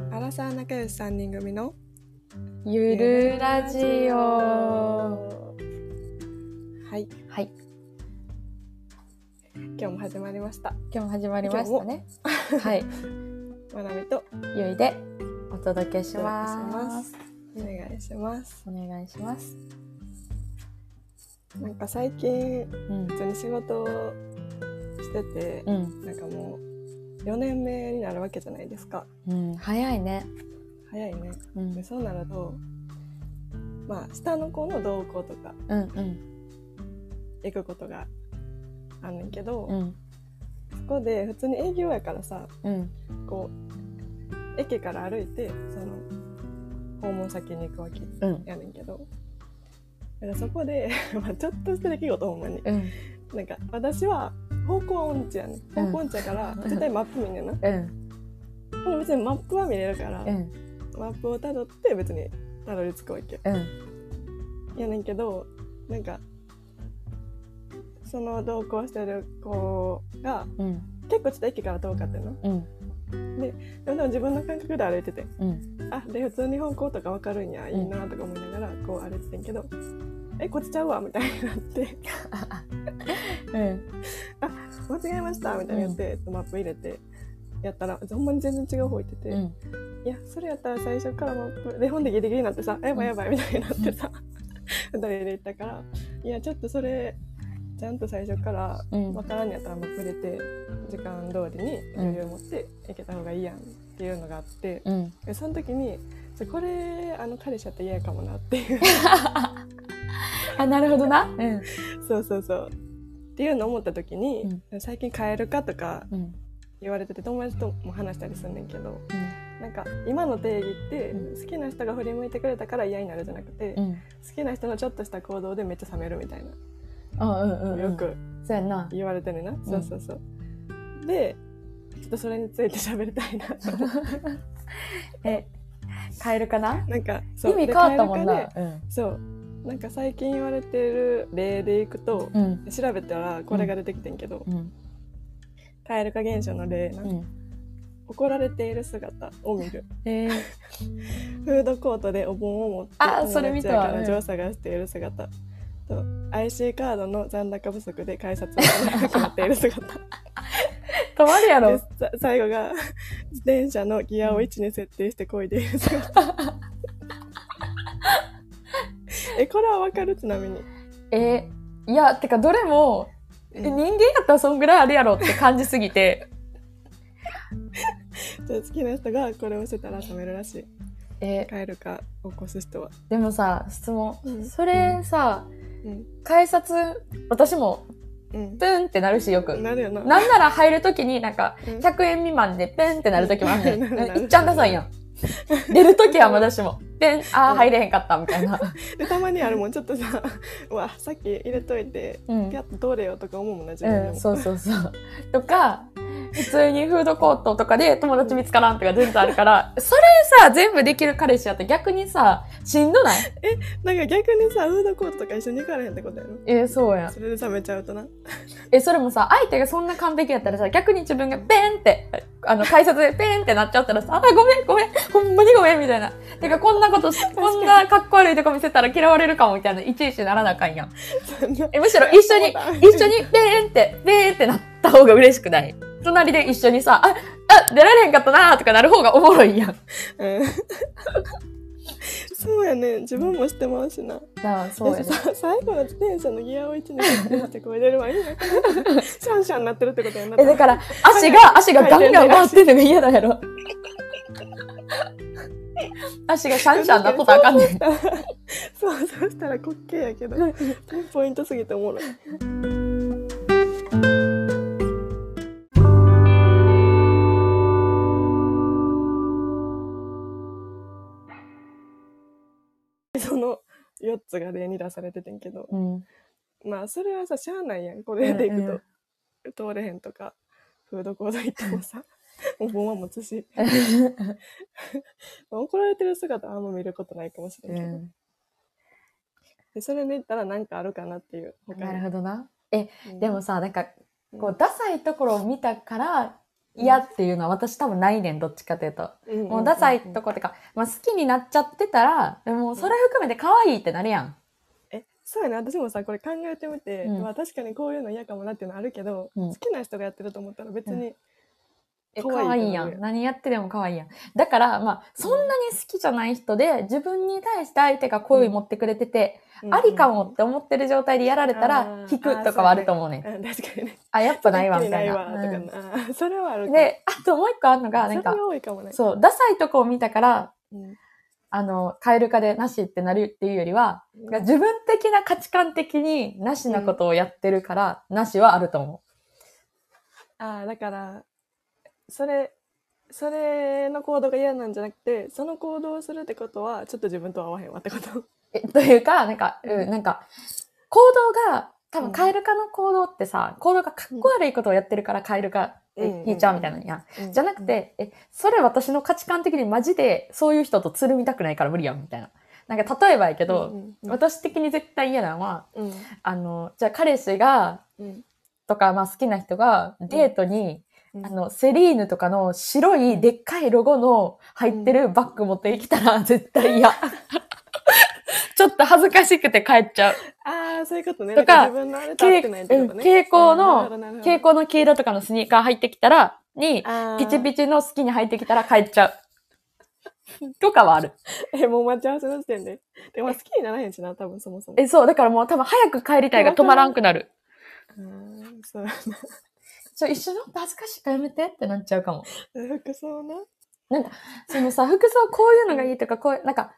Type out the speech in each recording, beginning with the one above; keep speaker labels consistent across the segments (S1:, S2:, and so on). S1: 仲良し3人組の
S2: ゆるラジオ。
S1: はい
S2: はい、
S1: 今日も始まりました
S2: 今日も始まりましたね。はい、
S1: まなみと
S2: ゆいでお届けし
S1: お届けし
S2: ま。
S1: ますお願いします
S2: お願いします。
S1: なんか最近
S2: うん
S1: 普、通に仕事をしてて
S2: う、ん、
S1: なんかもう4年目になるわけじゃないですか
S2: うん、早いね。
S1: 早いね
S2: うん、う
S1: で
S2: ん、
S1: そうなるとまあ下の子の同行とか
S2: うん、
S1: 行くことがあんねんけど、
S2: うん、
S1: そこで普通に営業やからさ
S2: うん、
S1: こう駅から歩いてその訪問先に行くわけ
S2: うん、
S1: やねんけどだからそこで まあちょっとした出来事ほんまに
S2: うん、
S1: なんか私は方向音痴やねん
S2: うん
S1: 方向音痴やから絶対マップ見んねんな
S2: うん、
S1: でも別にマップは見れる から、
S2: うん、
S1: マップをたどって別にたどり着くわけ
S2: うん、
S1: やねんけどなんかその同行してる子が
S2: うん、
S1: 結構ちょっと駅から遠かったの
S2: うん、
S1: でも自分の感覚で歩いてて
S2: うん、
S1: あで普通に方向とか分かるんやいいなとか思いながらこう歩いててんけど、えこっちちゃうわみたいになって
S2: うん、
S1: 間違えましたみたいに言って、マップ入れてやったらほんまに全然違う方行ってて、
S2: うん、
S1: いやそれやったら最初からマップでほんでギリギリになってさやばいやばいみたいになってさ二人で行ったからいやちょっとそれちゃんと最初から
S2: うん
S1: 分からんやったらマップ入れて時間通りに余裕を持って行けた方がいいやんっていうのがあって、
S2: うん。
S1: でその時にちょこれあの彼氏やったら嫌かもなって いう
S2: あ、なるほどな。うん、
S1: そうそうそうっていうのを思った時に、最近変えるかとか
S2: うん、
S1: 言われてて友達とも話したりすんねんけどなんか今の定義って、
S2: う
S1: 好きな人が振り向いてくれたから嫌になるじゃなくて、
S2: う
S1: 好
S2: ん、
S1: きな人のちょっとした行動でめっちゃ冷めるみたいな、
S2: うん、うん、
S1: よく。
S2: そうやな。
S1: 言われてるな、そうそうそうでちょっとそれについて喋りたい なと思って
S2: え、変えるかな。
S1: なんか
S2: 意
S1: そう
S2: 味変わったも
S1: で
S2: ん
S1: カエ
S2: な
S1: ル。
S2: うん
S1: 化でそうなんか最近言われてる例でいくと、
S2: うん、
S1: 調べたらこれが出てきてんけど、
S2: うん、
S1: カエル化現象の例な、
S2: うん。
S1: 怒られている姿を見る
S2: えー
S1: フードコートでお盆を持って
S2: あ
S1: 友
S2: それ見
S1: 達
S2: た
S1: や彼女
S2: う
S1: を
S2: ん
S1: 探している姿と IC カードの残高不足で改札を行かなくなっている姿
S2: 止まるやろ
S1: で。さ最後が自転車のギアを1に設定して漕いでいる姿 えこれはわかるちなみに
S2: えいや、てかどれも、え人間やったらそんぐらいあるやろって感じすぎて。
S1: じゃあ好きな人がこれをしてたら冷めるらしい
S2: え
S1: 帰るか起こす人は、
S2: でもさ、質問。
S1: うん
S2: それさ、
S1: うん
S2: 改札、私も、
S1: うん、
S2: プンってなるしよく。
S1: なるよな
S2: なんなら入るときになんか、
S1: うん
S2: 100円未満でペンってなるときもあんねん。
S1: なるなる
S2: いっちゃんダサいやん。出るときはまだしも、ペン、あ
S1: う
S2: あ、
S1: ん
S2: 入れへんかった、みたいな。
S1: でたまにあるもんちょっとさ うわさっき入れといて
S2: うん
S1: ピャ。ッと通れよとか思うもんな自分でも、
S2: うん、そうそうそう。 とか、普通にフードコートとかで友達見つからんとか全然あるから、 それさ、全部できる彼氏やったら逆にさ、しんどない
S1: なんか逆にさフードコートとか一緒に行かれへんってことやろ
S2: えそうやん
S1: そ。れで冷めちゃうとな
S2: え、それもさ、相手がそんな完璧やったらさ、逆に自分がペンって、あの、改札でペンってなっちゃったらさ、あ、ごめん、ごめん、ほんまにごめん、みたいな。てか、こんなこと し、
S1: かに
S2: こんなかっこ悪いとこ見せたら嫌われるかも、みたいな、いちいちならなあかんやん。
S1: そんな
S2: え、むしろ一緒に、
S1: に
S2: 一緒にペーンって、ペーンってなった方が嬉しくない隣で一緒にさ、あ、あ、出られへんかったなーとかなる方がおもろいやん。
S1: うんそうやね自分もしてまうしな
S2: なあ、そうや
S1: でさ最後の自転車のギアを1に設定してこれ出るわいいなシャンシャンなってるってことやな
S2: え、だから、足が、足がガンガン回ってんのが嫌だや ろ。足がシャンシャンなっとったらあかんね ん。
S1: そうそうしたら滑稽やけどピンポイントすぎておもろいその4つが例に出されててんけど
S2: うん。
S1: まあそれはさしゃあないやんこれでいく
S2: うんう
S1: と、通れへんとかフードコート行ってもさ お盆は持つし怒られてる姿はあんま見ることないかもしれんけど、でそれで言ったら何かあるかなっていう他に
S2: なるほどな。え、
S1: うん
S2: でもさ、なんか、こ
S1: う
S2: う、ダサいところを見たから、嫌っていうのは私多分ないねん、どっちかというと。
S1: うんうん
S2: もうダサいとこってか、まあ好きになっちゃってたら、でもそれ含めて可愛いってなるやん。
S1: えそうやね私もさこれ考えてみて、
S2: うん
S1: まあ、確かにこういうの嫌かもなっていうのあるけど、
S2: うん
S1: 好きな人がやってると思ったら別に、
S2: え、
S1: 可愛い
S2: 可愛いや
S1: 可愛い
S2: ん。何やってでも可愛いやん。だから、まあ、そんなに好きじゃない人で、自分に対して相手が好意持ってくれてて、
S1: うん
S2: ありかもって思ってる状態でやられた
S1: あ
S2: ら
S1: ー、
S2: 引くとかはあると思うね。
S1: うんん、うん確かにね
S2: あ、やっぱないわ、みたい
S1: 好きに
S2: な。
S1: ないわとかな、あーそれはある
S2: う
S1: か
S2: ん
S1: も
S2: で、あともう一個あるのが、なん
S1: そ
S2: か
S1: れ、は多いかもね
S2: そう、ダサいとこを見たから、
S1: うん
S2: あの、カエル化でなしってなるっていうよりは、自分的な価値観的になしなことをやってるから、なしはあると思
S1: ああだからそれそれの行動が嫌なんじゃなくてその行動をするってことはちょっと自分とは合わへんわってこと
S2: う。え というか、なんか、
S1: う
S2: うんん、なんか、行動が、多
S1: うん
S2: 分カエル化の行動ってさ、行動がかっこ悪いことをやってるからカエル化って言っちゃうみたいなのやん。じゃなく、て、え、それ私の価値観的にマジでそういう人とつるみたくないから無理やん、みたいな。なんか例えばやけ
S1: け
S2: ど、私的に絶対嫌なのは、
S1: うん
S2: あの、じゃあ彼氏が、
S1: うん
S2: とか、まあ好きな人がデートに、
S1: うん
S2: あの、セリーヌとかの白いでっかいロゴの入ってるバッグ持ってきたら 絶対嫌。ちょっと恥ずかしくて帰っちゃう。
S1: ああそういうことね
S2: と
S1: な
S2: か
S1: ん自分のあれと合ってないってことね
S2: けうん蛍光の蛍
S1: 蛍
S2: 光の黄色とかのスニーカー入ってきたら、に、ピチピチの好きに入ってきたら帰っちゃう。とかはある。
S1: え、もう待ち合わせの時点で。でも好きにならへんしな、多分そもそも。
S2: え、そう、だからもう多分早く帰りたいが止まらんくなる。
S1: うーんそう。
S2: ちょ、一緒に乗って恥ずかしいからやめてってなっちゃうかも。
S1: 服装な。
S2: そのさ、服装こういうのがいいとか、こういう、なんか、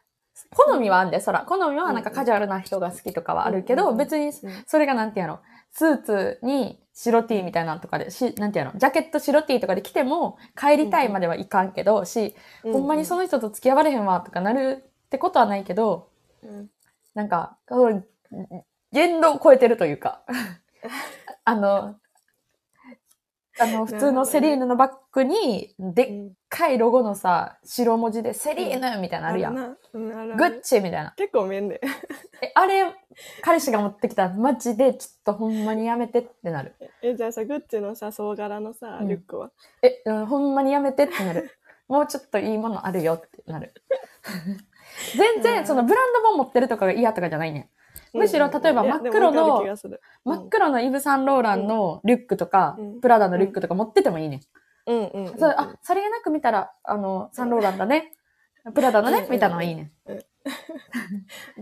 S2: 好みはあんで、そら。好みはなんかカジュアルな人が好きとかはあるけ
S1: うんう
S2: ど、
S1: ん
S2: 別にそれがなんてやろ。スーツに白 T みたいなのとかで、し、なんてやろ。ジャケット白 T とかで着ても帰りたいまではいかんけど、し、ほんまにその人と付き合われへんわとかなるってことはないけど、
S1: うん。
S2: なんか、この言動を超えてるという か、あの、あの、普通のセリーヌのバッグに、で
S1: う
S2: っ
S1: ん
S2: かいロゴのさ、白文字でセリーヌみたいなのあるやん。
S1: な。うん、あるある
S2: グッチみたいな。
S1: 結構面で。
S2: え、あれ、彼氏が持ってきたらマジでちょっとほんまにやめてってなる。
S1: え、じゃあさ、グッチのさ、総柄のさ、
S2: うん
S1: リュックは。
S2: え、うんほんまにやめてってなる。 もうちょっといいものあるよって なる。全
S1: うん
S2: 然、そのブランド本持ってるとかが嫌とかじゃないねん。むしろ
S1: うん
S2: 例えば
S1: いや
S2: 真っ黒の
S1: でもわかる気がする
S2: 真っ黒のイヴ・サンローランのリュックとか、
S1: うん
S2: プラダのリュックとか持っててもいいね。
S1: うんうんうん。
S2: それあ、さりげなく見たら、あの、サンローランだね。プラダの
S1: うんう
S2: ね
S1: ん、うん
S2: みたいなのはいいね。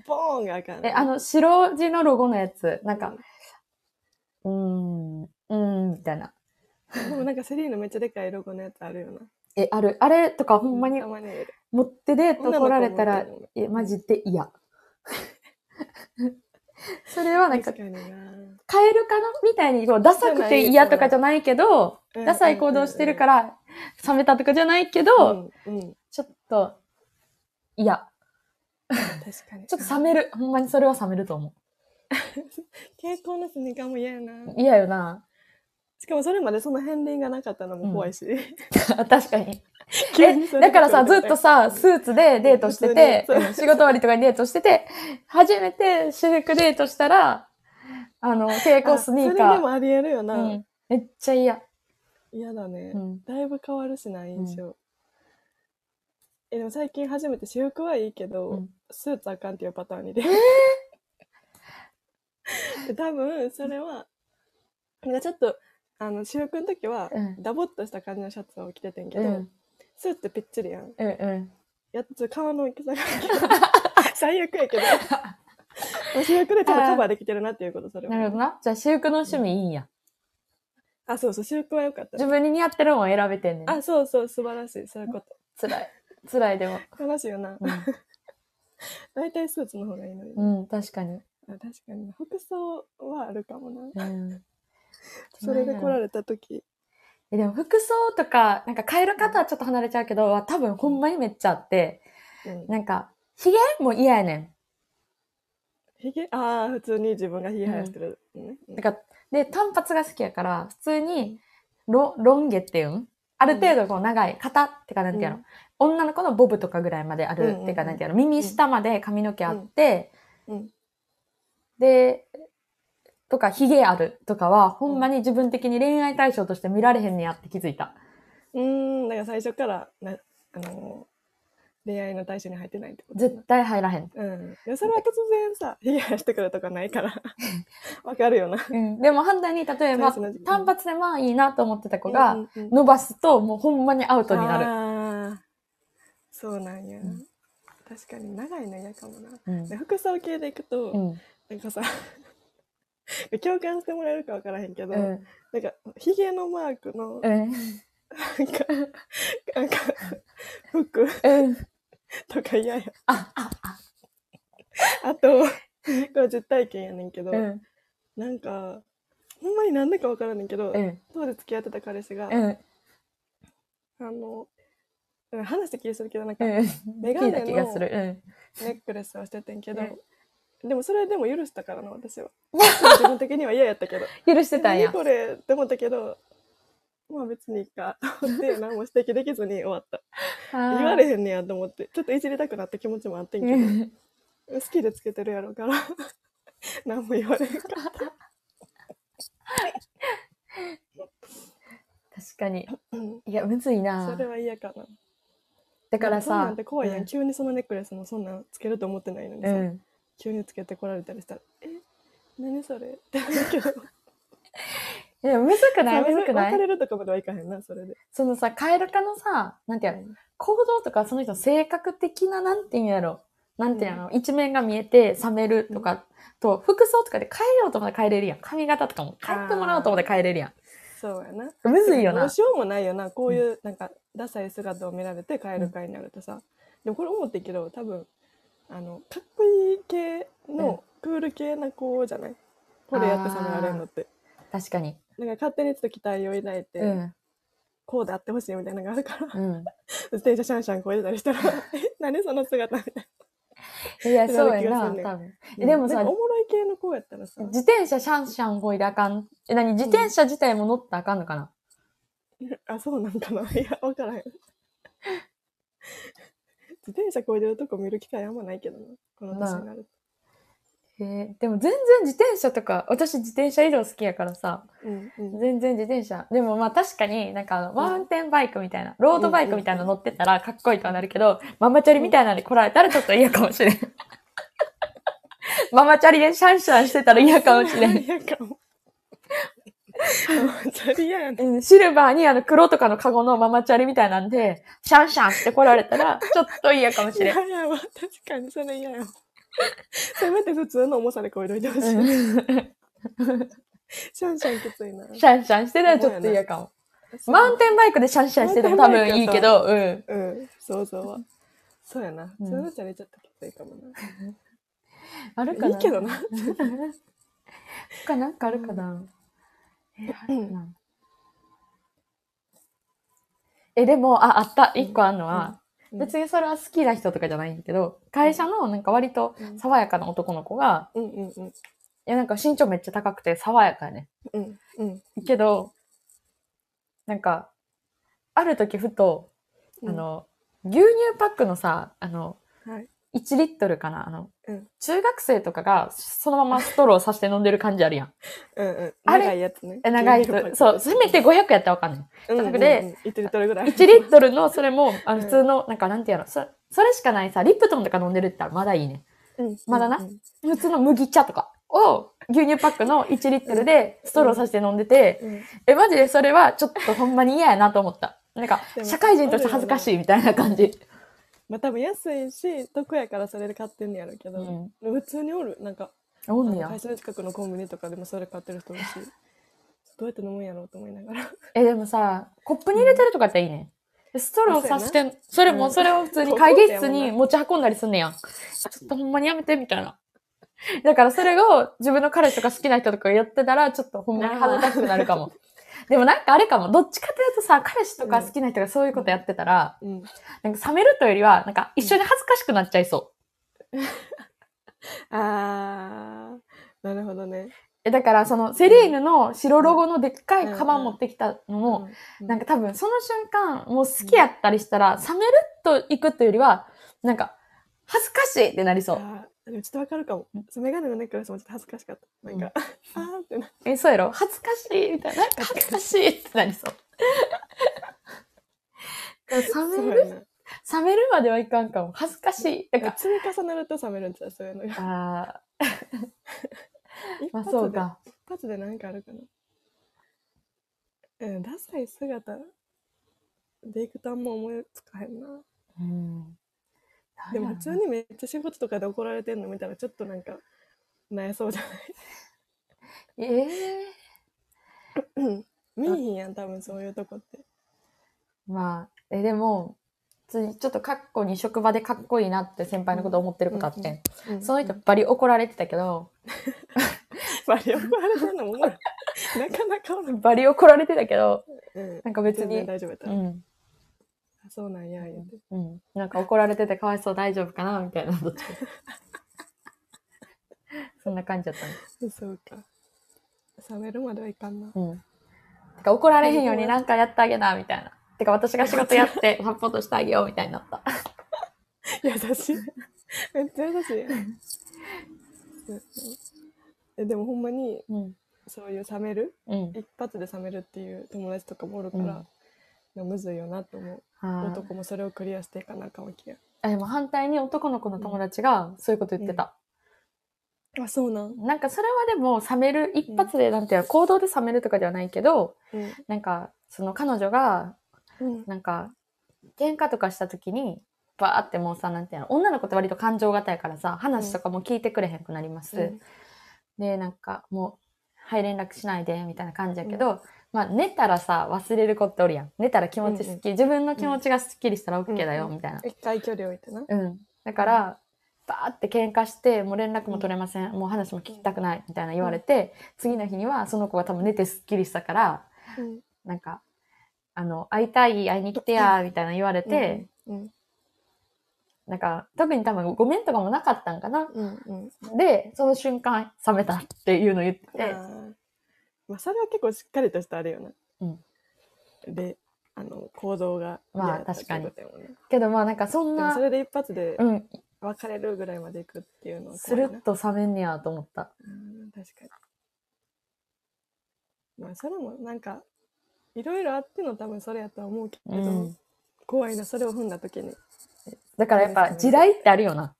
S1: ボーンがあかん。
S2: え、あ、の、白地のロゴのやつ、なんか、。うーん、うーん、みたいな。
S1: でもなんかセリーヌめっちゃでかいロゴのやつあるよな。
S2: え、ある、あれとかほんまに
S1: たまに見る。
S2: 持ってデート
S1: 女の子
S2: 来られたら
S1: 持ってるもんね、
S2: え、マジで 嫌。それはなんか
S1: 確、かにな。
S2: カエル化のみたいに、こう、ダサくて嫌とかじゃないけど、
S1: うん
S2: ダサい行動してるから、冷めたとかじゃないけど、
S1: うんうん。
S2: ちょっと、いや、
S1: 確かに。
S2: ちょっと冷 める。ほんまにそれは冷めると思
S1: 蛍光のスニーカーも嫌やな。
S2: う。嫌よな。
S1: しかもそれまでその片鱗がなかったのも怖いし。
S2: 確かに。
S1: 急にそ
S2: え、
S1: れ
S2: だからさ、
S1: 出
S2: ず
S1: て
S2: っ
S1: くる
S2: とさ、スーツでデートしてて、
S1: 普通に
S2: うん仕事終わりとかにデートしてて、初めて私服デートしたら、あの、蛍光スニー
S1: あそ
S2: カ
S1: れでも
S2: ー。
S1: ありえるよな。
S2: うん。めっちゃ嫌。
S1: 嫌だね、
S2: うん。
S1: だいぶ変わるしな、印象。え、でも最近初めて私服はいいけど、
S2: うん
S1: スーツあかんっていうパターンに出会え 多分、それは、なんかちょっと、あの、私服の時は
S2: う、ん
S1: ダボっとした感じのシャツを着ててんけ
S2: う
S1: ど、
S2: ん。うん
S1: スーツってぴっちりやん。
S2: うん。
S1: やっと顔の大きさが 最悪やけど。私服でちょっとカバーできてるなっていうこと、それは
S2: なるほどな。じゃあ、私服の趣味いいんや。
S1: あ、そうそう、私服は良かったね
S2: 自。分に似合ってるもん選べてんねん。
S1: あ、そうそう、素晴らしい。そういうこと。
S2: 辛い。辛いでも。
S1: 悲しいよな。 大体スーツの方がいいのに。
S2: う
S1: あ
S2: ん、うん、確かに。
S1: 確かに。服装はあるかもな。
S2: うん。
S1: それで来られた時。
S2: えでも服装とか、なんか変える方はちょっと離れちゃうけど、多分ほんまにめっちゃあって、
S1: うん
S2: なんか、髭も嫌やね
S1: ひげ、ああ、普通に自分がひげ生やしてるのね。
S2: ん。なんか、で、短髪が好きやから、普通に、ロ、ロン毛っていうんある程度こう長い、肩ってかなんてやろ、女の子のボブとかぐらいまであ
S1: うんうん
S2: る、
S1: うん
S2: ってかなんてやろ耳下まで髪の毛あって、
S1: うん
S2: で、とか、髭あるとかは、ほんまに自分的に恋愛対象として見られへんねやって気づいた。
S1: うーん、だから最初からな、あのー恋愛の対象に入ってないってこと
S2: 絶対入らへん。
S1: うん。でそれは突然さ、 ヒゲ生やしてくるとかない から、わかるよな。
S2: うん、でも反対に、例えば
S1: 最初の時期、
S2: 単発でまあいいなと思ってた子
S1: う
S2: が、
S1: んうんうん
S2: 伸ばすと、もうほんまにアウトになる。
S1: あーそうなんや。
S2: うん
S1: 確かに長いの嫌かもな。
S2: うん
S1: で服装系でいくと、
S2: うん。
S1: なんかさ、 共感してもらえるかわからへんけど、
S2: うん。
S1: なんか、ヒゲのマークの、
S2: うん。
S1: なんか、なんか、服
S2: うん。
S1: とか嫌や。
S2: あ、あ、あ、
S1: あと、これ実体験やねんけど、
S2: うん。
S1: なんか、ほんまになんでかわからんねんけど、
S2: うん。
S1: 当時付き合ってた彼氏が、
S2: うん。
S1: あの、うん話した気がするけど、なんか、
S2: うん。
S1: メガネの
S2: 聞いた気がする。
S1: ネックレスをしててんけど、
S2: うん
S1: でもそれでも許したからな、私 は。自分的には嫌やったけど。
S2: うん。許してたん
S1: 何
S2: や。
S1: これって思ったけど、まあ別にいいか。で、何も指摘できずに終わった。言われへんねやと思って、ちょっといじりたくなった気持ちもあってんけど
S2: う、ん。
S1: 好きでつけてるやろうから 何も言われへんかった
S2: 確かに。
S1: うん
S2: いや、むずいな
S1: それは嫌かな
S2: だから
S1: そんな
S2: さ
S1: んて、怖いやん、
S2: うん
S1: 急にそのネックレスもそんなんつけると思ってないのに
S2: う
S1: さ、
S2: ん。
S1: 急につけてこられたりしたら「え何そ れ?」ってなるけど
S2: いや、むずくない
S1: それ
S2: むずくな
S1: 別
S2: い
S1: れるとかまではいかへんなそれで
S2: そのさ、カエル化のさ、なんてやろ、行動とかその人の性格的な、なんていうんやろ。なんていうの、一面が見えて冷めるとか、と、服装とかで変えようと思って変えれるやん。髪型とかも変えてもらおうと思って変えれるや。
S1: そうやなん
S2: むずいよ
S1: ど
S2: な
S1: う。しようもないよなこういうなんかダサい姿を見られて帰る会になるとさ、でもこれ思ってんけど多分あのかっこいい系の、クール系な子じゃないこれやって冷められるのって
S2: 確かに。
S1: なんか勝手にちょっと期待を抱いて、
S2: うん。
S1: こうであってほしいみたいなのがあるから、
S2: うん。
S1: 自転車シャンシャン超えてたり したら、 え、何その姿みたい
S2: い や、
S1: って
S2: そ
S1: な
S2: う
S1: る気
S2: や
S1: が
S2: な、
S1: すんねん
S2: 多分。え
S1: な。
S2: でもさ
S1: なんかおもろい系の子やったらさ、
S2: 自転車シャンシャンこいであかん。え、何自転車自体も乗ったらあかんのかな、
S1: あ、そうなんかな。いや、わからへん。自転車こいでるとこ見る機会あんまないけどな。この年になると。
S2: えーでも全然自転車とか、私自転車移動好きやからさ、
S1: うんうん。
S2: 全然自転車。でもまあ確かになんかあの、マウンテンバイクみたいな、ロードバイクみたいなの乗ってたらかっこいいとはなるけど、ママチャリみたいなのに来られたらちょっと嫌かもしれん。 ママチャリでシャンシャンしてたら嫌かもしれん。
S1: 嫌か も。ママチャリ嫌やね。
S2: うんシルバーにあの黒とかのカゴのママチャリみたいなんで、シャンシャンして来られたら、ちょっと嫌かもしれ
S1: 嫌
S2: ん。
S1: やわ。確かにそれ嫌やわ。せめて普通の重さでこいでいてほしい。
S2: うん
S1: シャンシャンきついな。
S2: シャンシャンしてたらちょっと嫌かも。マウンテンバイクでシャンシャンしてても
S1: マウ
S2: 多
S1: ンテンバイ
S2: 分
S1: ク
S2: い
S1: や
S2: い
S1: と
S2: けど、うん。
S1: うん、想像は。そうやな。
S2: う
S1: そ
S2: ん
S1: れだったらちょっときついかもな。
S2: あるかない
S1: いけどな。
S2: かなんかあるかな、えあるかなえでもああった
S1: うん
S2: 一個あるの
S1: う
S2: は、
S1: ん
S2: 別にそれは好きな人とかじゃないんだけど会社のなんか割と
S1: うん
S2: 爽やかな男の子が、
S1: うんうんうん。
S2: いやなんか身長めっちゃ高くて爽やかやね
S1: うんうん。
S2: けどなんかある時ふと、あの牛乳パックのさあの
S1: うん、はい。
S2: 1リットルかなあの、
S1: うん
S2: 中学生とかがそのままストローさして飲んでる感じあるやん
S1: うんうん。
S2: あれ
S1: 長いやつね。
S2: え長 い
S1: 牛乳パッ
S2: 人
S1: ク
S2: そうせめて500やったらわかんない
S1: うんうんうん
S2: 高くで
S1: 1リットルぐらい。
S2: 1リットルのそれもあ
S1: う
S2: の
S1: ん
S2: 普通のなんかなんていうのそそれしかないさリプトンとか飲んでるって言ったらまだいいね
S1: うん
S2: まだな
S1: うん
S2: 普通の麦茶とかを牛乳パックの1リットルでストローさせて飲んでて、
S1: うん
S2: えマジでそれはちょっとほんまに嫌やなと思ったなんか
S1: でも
S2: 社会人として恥ずかしいみたいな感じ、
S1: まあ多分安いし、得やからそれで買ってんねやろうけ
S2: う
S1: ど、
S2: ん、
S1: 普通におる。なんか、
S2: おんね
S1: あの
S2: や
S1: 会社の近くのコンビニとかでもそれ買ってる人おるし、どうやって飲むんやろうと思いながら。
S2: えでもさコップに入れてるとかやったらいいねストローさしてそれも
S1: うん
S2: それを普通に
S1: 高校
S2: 会議
S1: 生や
S2: 室
S1: もんな
S2: に持ち運んだりすんねやんちょっとほんまにやめてみたいなだからそれを自分の彼氏とか好きな人とかやってたらちょっとほんまに恥ずかしくなるかもでもなんかあれかもどっちかというとさ彼氏とか好きな人がそういうことやってたら、
S1: うん。
S2: なんか冷めるというよりはなんか一緒に恥ずかしくなっちゃいそう
S1: あー、なるほどね。
S2: えだからそのセリーヌの白ロゴのでっかいカバン持ってきたのも、
S1: うん
S2: なんか多分その瞬間、もう好きやったりしたら、冷めると行くというよりは、なんか、恥ずかしいってなりそう。
S1: あーでもちょっとわかるかも。そうメガネのネックレスもちょっと恥ずかしかった。なんか、 あーってな。
S2: え、そうやろ恥ずかしいみたいな。なんか恥ずかしいってなりそう。冷め
S1: そう
S2: る
S1: やね
S2: 冷めるまではいかんかも。恥ずかしい。だか
S1: 積み重なると冷めるんちゃうそういうのが
S2: ら、あ
S1: 一
S2: ーまあ
S1: 発
S2: そう
S1: で
S2: か。
S1: 一発で何かあるかなうんダサい姿でいくとあんま思いつかへんな
S2: うん。
S1: でも普通にめっちゃ仕事とかで怒られてんの見たらちょっとなんかなえそうじゃ
S2: ええ
S1: ない見えへんやん多分そういうとこって
S2: まあ、え、でも、普通にちょっとかっこに職場でかっこいいなって先輩のこと思ってることあってん、
S1: うんうん
S2: その人バリ怒られてたけど、
S1: まあ両方あれてんのもおもろいなかなかおらん
S2: バリ怒られてたけど、
S1: うん
S2: なんか別
S1: 全然
S2: に、
S1: 大丈夫やった
S2: う
S1: ら、
S2: ん、
S1: あそうなんや言って
S2: うん、なんか怒られててかわいそう大丈夫かなみ たいなどっちかそんな感じだったんです。
S1: そうか冷めるまではいかんな
S2: うん。てか怒られへんようになんかやってあげな、みたいな。てか私が仕事やってサポートしてあげよう、みたいになった。
S1: 優しい めっちゃ優しいやんそうそうえでもほんまに
S2: うん。
S1: そういう冷める
S2: うん。
S1: 一発で冷めるっていう友達とかもおるから、むずいよなと思う
S2: はい
S1: 男もそれをクリアしていかなあかんわけや
S2: あ、でも反対に男の子の友達がそういうこと言ってた。
S1: あそうなん、
S2: なんかそれはでも冷める、一発でなんていうの行動で冷めるとかではないけど、
S1: うん
S2: なんかその彼女が、
S1: うん、
S2: なんか喧嘩とかした時に、バーってもうさ、なんていうの、女の子って割と感情型やからさ、話とかも聞いてくれへんくなります。で、なんかもう、はい、連絡しないで、みたいな感じやけど、まあ寝たらさ、忘れる子っておるやん。寝たら気持ちすっきり、自分の気持ちがすっきりしたら OK だよ、
S1: うん
S2: みたいな。
S1: 一回距離置いてな
S2: うん。だから、バーって喧嘩して、もう連絡も取れません、もう話も聞きたくない、みたいな言われて、次の日にはその子が多分寝てすっきりしたから、
S1: うん
S2: なんか、あの、会いたい、会いに来てや、みたいな言われて、
S1: うん
S2: なんか、特に多分ごめんとかもなかったんかな。
S1: うんうん
S2: で、その瞬間、冷めたっていうのを言って
S1: あ
S2: て、
S1: ーまあそれは結構しっかりとしたあれよな、
S2: うん
S1: であの行動が
S2: まあ
S1: 嫌やったっていうことやもんな
S2: けどまあなんかそん
S1: でも
S2: な
S1: そ、れで一発で
S2: うん、
S1: 別れるぐらいまでいくっていうのは
S2: ス
S1: 怖い
S2: ル
S1: な
S2: ッと冷めんねやと思った。
S1: うん確かに。まあそれもなんかいろいろあっての多分それやとは思うけど、
S2: うん。
S1: 怖いなそれを踏んだ時に
S2: だからやっぱ、地雷ってあるよな。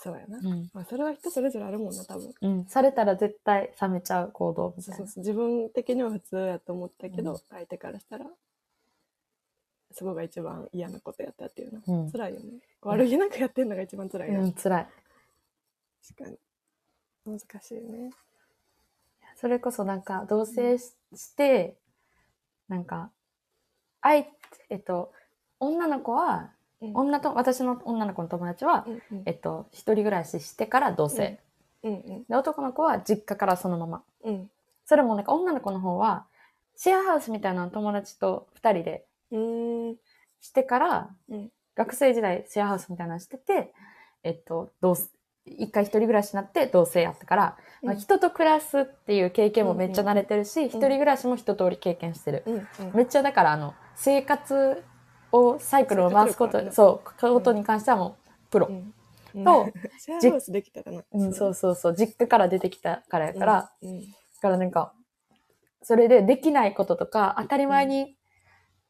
S1: そうやな、
S2: うん。
S1: まあ、それは人それぞれあるもんな多分
S2: うん。されたら絶対冷めちゃう行動み
S1: そう
S2: たい
S1: そ
S2: な
S1: う。そう自分的には普通やと思ったけど、
S2: うん
S1: 相手からしたらそこが一番嫌なことやったっていうのは
S2: うん。
S1: 辛いよね悪気なくやってんのが一番辛いな、
S2: うん、辛い。
S1: 確かに難しいね
S2: それこそなんか、同棲しして、なんか、あい、えっと、女の子は、
S1: うん
S2: 女と、私の女の子の友達は
S1: う、んうん
S2: えっと、一人暮らししてから同棲。
S1: うんうんうん
S2: で、男の子は実家からそのまま。
S1: うん
S2: それもなんか女の子の方は、シェアハウスみたいなの友達と二人で
S1: うーん
S2: してから、
S1: うん
S2: 学生時代シェアハウスみたいなのしてて、えっと、同棲一回一人暮らしになって同棲やったから、まあ、
S1: うん
S2: 人と暮らすっていう経験もめっちゃ慣れてるし、一人暮らしも一通り経験してる。
S1: うんうん
S2: めっちゃだから、あの、生活を、サイクルを回すこ
S1: 生活力ある
S2: と、
S1: な
S2: そう、ことに関してはもう、プロ。
S1: うん
S2: と、
S1: シェアハウスできたかな。
S2: うん、そうそうそう、実家から出てきたからやから、だ
S1: うん、
S2: からなんか、それでできないこととか、当たり前に、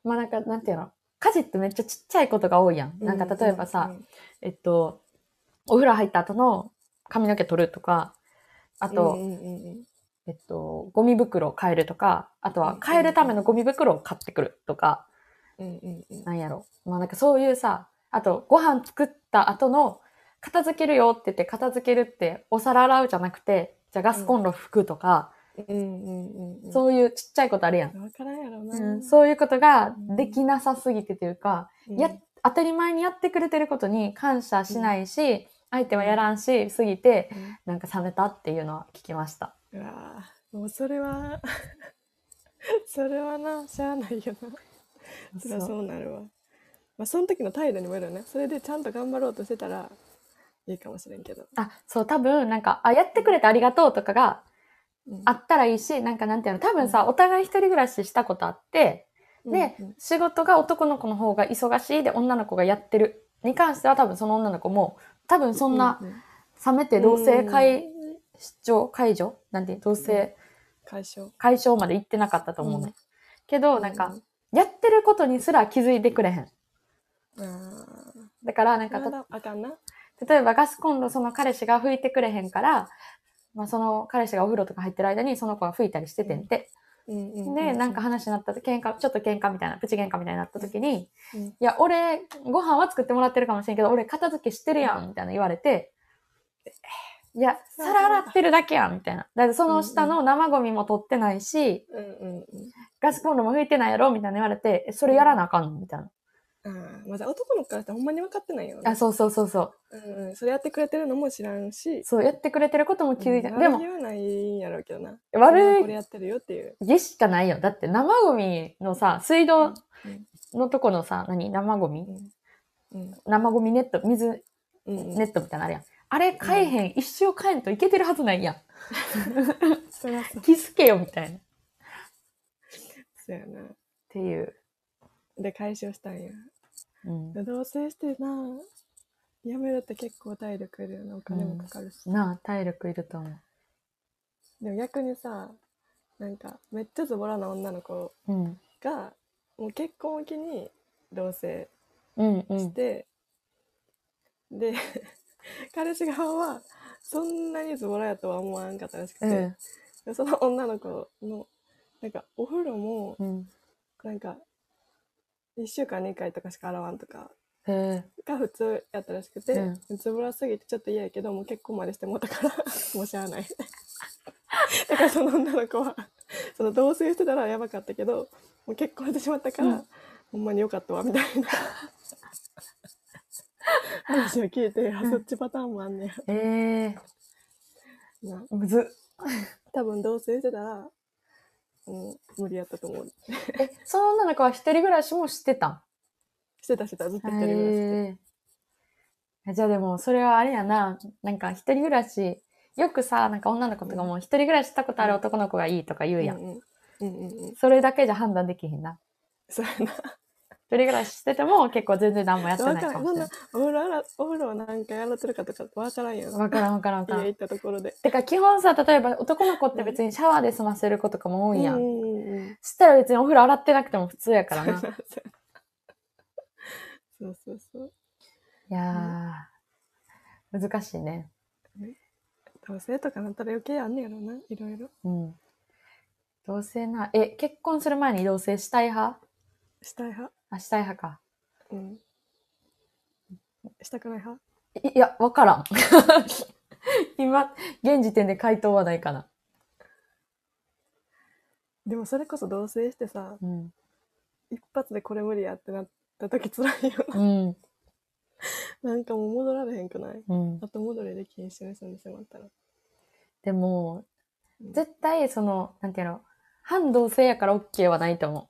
S2: まあなんか、なんていうの、家事ってめっちゃちっちゃいことが多いやん。
S1: うん
S2: なんか例えばさ、、
S1: うん
S2: えっと、お風呂入った後の髪の毛取るとか、あと、
S1: うんうんうんうん
S2: えっと、ゴミ袋を変えるとか、あと
S1: う
S2: は
S1: ん
S2: 変えるためのゴミ袋を買ってくるとか、
S1: うんうんうん
S2: なんやろ。まあなんかそういうさ、あとご飯作った後の、片付けるよって言って、片付けるって、お皿洗うじゃなくて、じゃあガスコンロ拭くとか、
S1: うんうんうん。
S2: そういうちっちゃいことあるやん。
S1: うん。わからんやろな。
S2: うん、そういうことができなさすぎてというか、
S1: うん
S2: や、当たり前にやってくれてることに感謝しないし、相手はやらんし、すぎて、なんか冷めたっていうのは聞きました。
S1: うんうわぁもうそれは、 それはな、しゃあないよな。そりゃ
S2: そう
S1: そうなるわ。まあ、その時の態度にもよるよね。それでちゃんと頑張ろうとしてたら、いいかもしれんけど。
S2: あ、そう、多分、なんか、あ、やってくれてありがとうとかが
S1: うん
S2: あ、ったらいいし、なんかなんていうの、多分さ、お互い一人暮らししたことあって、で
S1: うんうん、
S2: 仕事が男の子の方が忙しいで女の子がやってるに関しては多分その女の子も、多分そんな
S1: うう
S2: 冷めて同性解消、解除なんて、同性
S1: 解消。
S2: 解消まで行ってなかったと思うね。
S1: うん
S2: けど、なんか、やってることにすら気づいてくれへん。
S1: あ
S2: だから、なん
S1: あ。
S2: か
S1: ま、だあかんな。
S2: た例えばガスコンロその彼氏が拭いてくれへんから、まあ、その彼氏がお風呂とか入ってる間にその子が拭いたりしててんて。
S1: うんう
S2: で、なんか、話になったと喧嘩、ちょっと喧嘩みたいな、プチ喧嘩みたいになった時に、
S1: うん
S2: いや、俺、ご飯は作ってもらってるかもしれんけど、俺片付けしてるやん、みたいな言われて、いや、皿洗ってるだけやん、みたいな。だってその下の生ゴミも取ってないし、
S1: うんうんうん。
S2: ガスコンロも拭いてないやろ、みたいな言われて、えそれやらなあかんのみたいな。
S1: ああ、まだ男の子からしたらほんまに分かってないよね
S2: あ、そうそうそうそ
S1: う
S2: う。
S1: んうん。それやってくれてるのも知らんし、
S2: そう、やってくれてることも気づいて、
S1: うん
S2: で
S1: 悪
S2: も
S1: 気、はないんやろうけどな。
S2: 悪い
S1: これやってるよっていう。
S2: 家しかないよ。だって生ゴミのさ、水道
S1: うん
S2: のとこのさ、何生ゴミ
S1: うん。
S2: 生ゴミネット、水
S1: うんうん。
S2: ネットみたいなのあるやん。あれ買えへん、一生買えんといけてるはずないやん。
S1: そりゃそう。
S2: 気づけよ、みたいな。っ
S1: そうやな。
S2: ていう。
S1: で、解消したんや。
S2: うん、
S1: 同棲してな、やめるって結構体力いるよな。お金もかかるし。
S2: なあ、体力いると思
S1: でも逆にさ、なんか、めっちゃズボラな女の子
S2: う。うん。
S1: が、もう結婚を機に同棲
S2: うんう
S1: し
S2: ん。
S1: て、で、 彼氏側は、そんなにズボラやとは思わんかったらしくて、
S2: うん。
S1: でその女の子のなんかお風呂も
S2: うん。
S1: なんか1週間2回とかしか洗わんとか
S2: へえ。
S1: が普通やったらしくて、
S2: う
S1: ズボラすぎてちょっと嫌やけどもう結婚までしてもうたから もうしゃあないだからその女の子はその同棲してたらやばかったけどもう結婚してしまったから、
S2: うん
S1: ほんまによかったわみたいな 話を聞いて、あそっちパターンもあんね
S2: ええ
S1: やな
S2: むずっ。
S1: 多分同棲してたら、うん、無理やったと思う
S2: え、その女の子は一人暮らしもしてたん
S1: してたしてたずっと一人暮らしで
S2: へえじゃあでもそれはあれやななんか一人暮らしよくさなんか女の子とかも一人暮らししたことある男の子がいいとか言うやん、
S1: うんうんうんうんうん、
S2: それだけじゃ判断できへんな
S1: そうやな。
S2: 一人暮らししてても結構全然何もやって
S1: わ
S2: ない
S1: から
S2: か
S1: ん。
S2: も
S1: そ
S2: し
S1: んなお風
S2: れな
S1: 呂あらお風呂は何回洗ってるかとかわからんやん。
S2: いわからんわからんわから
S1: 家行
S2: ん
S1: ったところで。
S2: てか基本さ例えば男の子って別にシャワーで済ませることかも多いやん、
S1: うんうんうん。
S2: したら別にお風呂洗ってなくても普通やから な
S1: そうそうそうそう。
S2: いやー難しいね
S1: 同棲とかなったら余計あんねやろな。いろいろ。
S2: うん同棲なえ結婚する前に同棲したい派
S1: したい派。
S2: あしたい派か
S1: うん。したくない派
S2: いいや、わからん。 今、現時点で回答はないかな。
S1: でもそれこそ同棲してさ、
S2: うん。
S1: 一発でこれ無理やってなった時辛いよ
S2: うん。
S1: な。なんかもう戻られへんくない
S2: うん。
S1: 後戻りできへんしね、そんでしまったら。
S2: でも、
S1: うん
S2: 絶対、その、なんていうの、反同性やから OK はないと思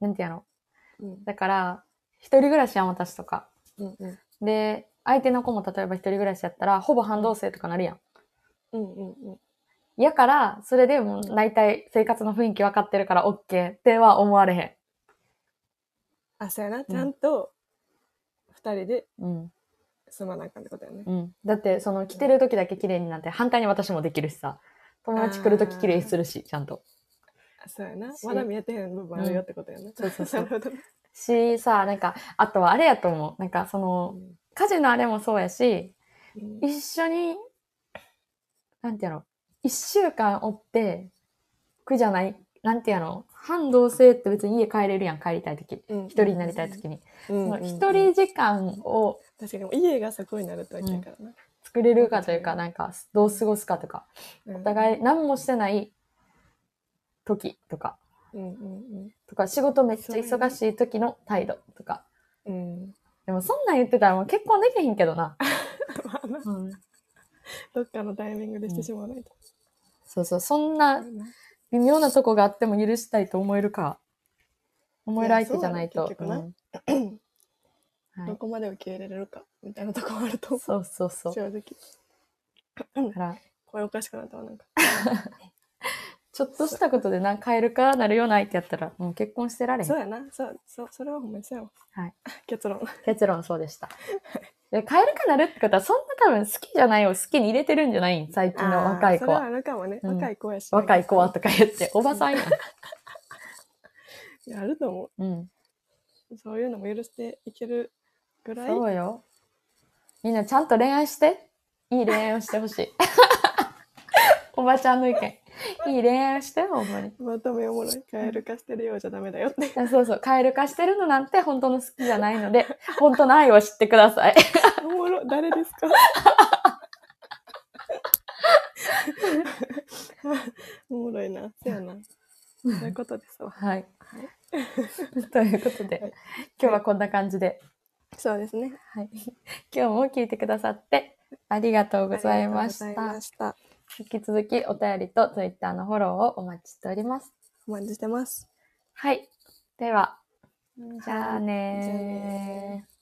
S2: う。なんていうの。
S1: うん。
S2: だから、一人暮らしやん、私とか。
S1: うんうん。
S2: で、相手の子も例えば一人暮らしやったら、ほぼ反同性とかなるやん。
S1: うんうんうん。
S2: やから、それでもう大体生活の雰囲気分かってるから OK っては思われへ
S1: あ、そうやな。ちゃんと二人で
S2: ん。うん。
S1: 住まなあかんってことやね。
S2: うん、だってその着てる時だけ綺麗になって反対に私もできるしさ友達来る時綺麗にするしちゃんと
S1: あそうやな。
S2: し
S1: まだ見えてへん部分あるよってことやね。
S2: そうそうそう
S1: なるほどね
S2: しさなんかあとはあれやと思うなんかそうの
S1: ん
S2: 家事のあれもそうやし
S1: うん
S2: 一緒になんてやろ一週間おって苦じゃないなんてやろ反同性って別に家帰れるやん帰りたい時
S1: うん
S2: 一人になりたい時
S1: う
S2: に
S1: ん
S2: そ
S1: うん
S2: の
S1: うん
S2: 一人時間を
S1: 確かに家がそこになるってわけやからな。
S2: 作れるかというかなんかどう過ごすかとか
S1: うん、
S2: お
S1: おい。
S2: 互い何もしてない時とか
S1: うんうん
S2: とか仕事めっちゃ忙しい時の態度とか。
S1: うん。うん。
S2: でもそんなん言ってたらもう結婚できへんけどな。
S1: まあな、
S2: うん、
S1: どっかのタイミングでしてしまわないと。
S2: そうそう、そんな
S1: うん
S2: 微妙なとこがあっても許したいと思えるか。思える相手じゃない
S1: いや
S2: と
S1: そう。なの
S2: うんは
S1: ど
S2: い
S1: こまで受け入れれるかみたいなとこもあると思。
S2: そうそうそうう。
S1: 正直。
S2: だから、
S1: これおかしくなったわ、なんか。
S2: ちょっとしたことでな、変えるかなるような相手やったら、もう結婚してられへん
S1: そう。やな。そう、そう、それはほんまにそうやわ。
S2: はい。
S1: 結論。
S2: 結論そうでした。 で変えるかなるってことは、そんな多分好きじゃないを好きに入れてるんじゃない最近の若い子
S1: あーそれはあ
S2: は。
S1: るかもね。
S2: うん
S1: 若い子やし。
S2: 若い子はとか言って、おばさんや
S1: い
S2: ん。
S1: や。あると思
S2: うん。
S1: う。そういうのも許していけるぐらい
S2: そうよ。みんなちゃんと恋愛して。いい恋愛をしてほし い。おばちゃんの意見。いい恋愛をして、ほんまに。
S1: まとめおもろいカエル化してるようじゃダメだよ って
S2: いやそうそう、カエル化してるのなんて本当の好きじゃないので、本当の愛を知ってください。
S1: おもろ誰です かおもろいなそうやなそういうことですわ
S2: はい。 ということで、今日はこんな感じで、
S1: そうですね
S2: はい、今日も聞いてくださってありがとうございまし
S1: ありがとうございま。
S2: た
S1: した
S2: 引き続きお便りと Twitter のフォローをお待ちしております。
S1: お待ちしてます
S2: はい。では、じゃあ
S1: じゃあ
S2: ね
S1: ね
S2: ー。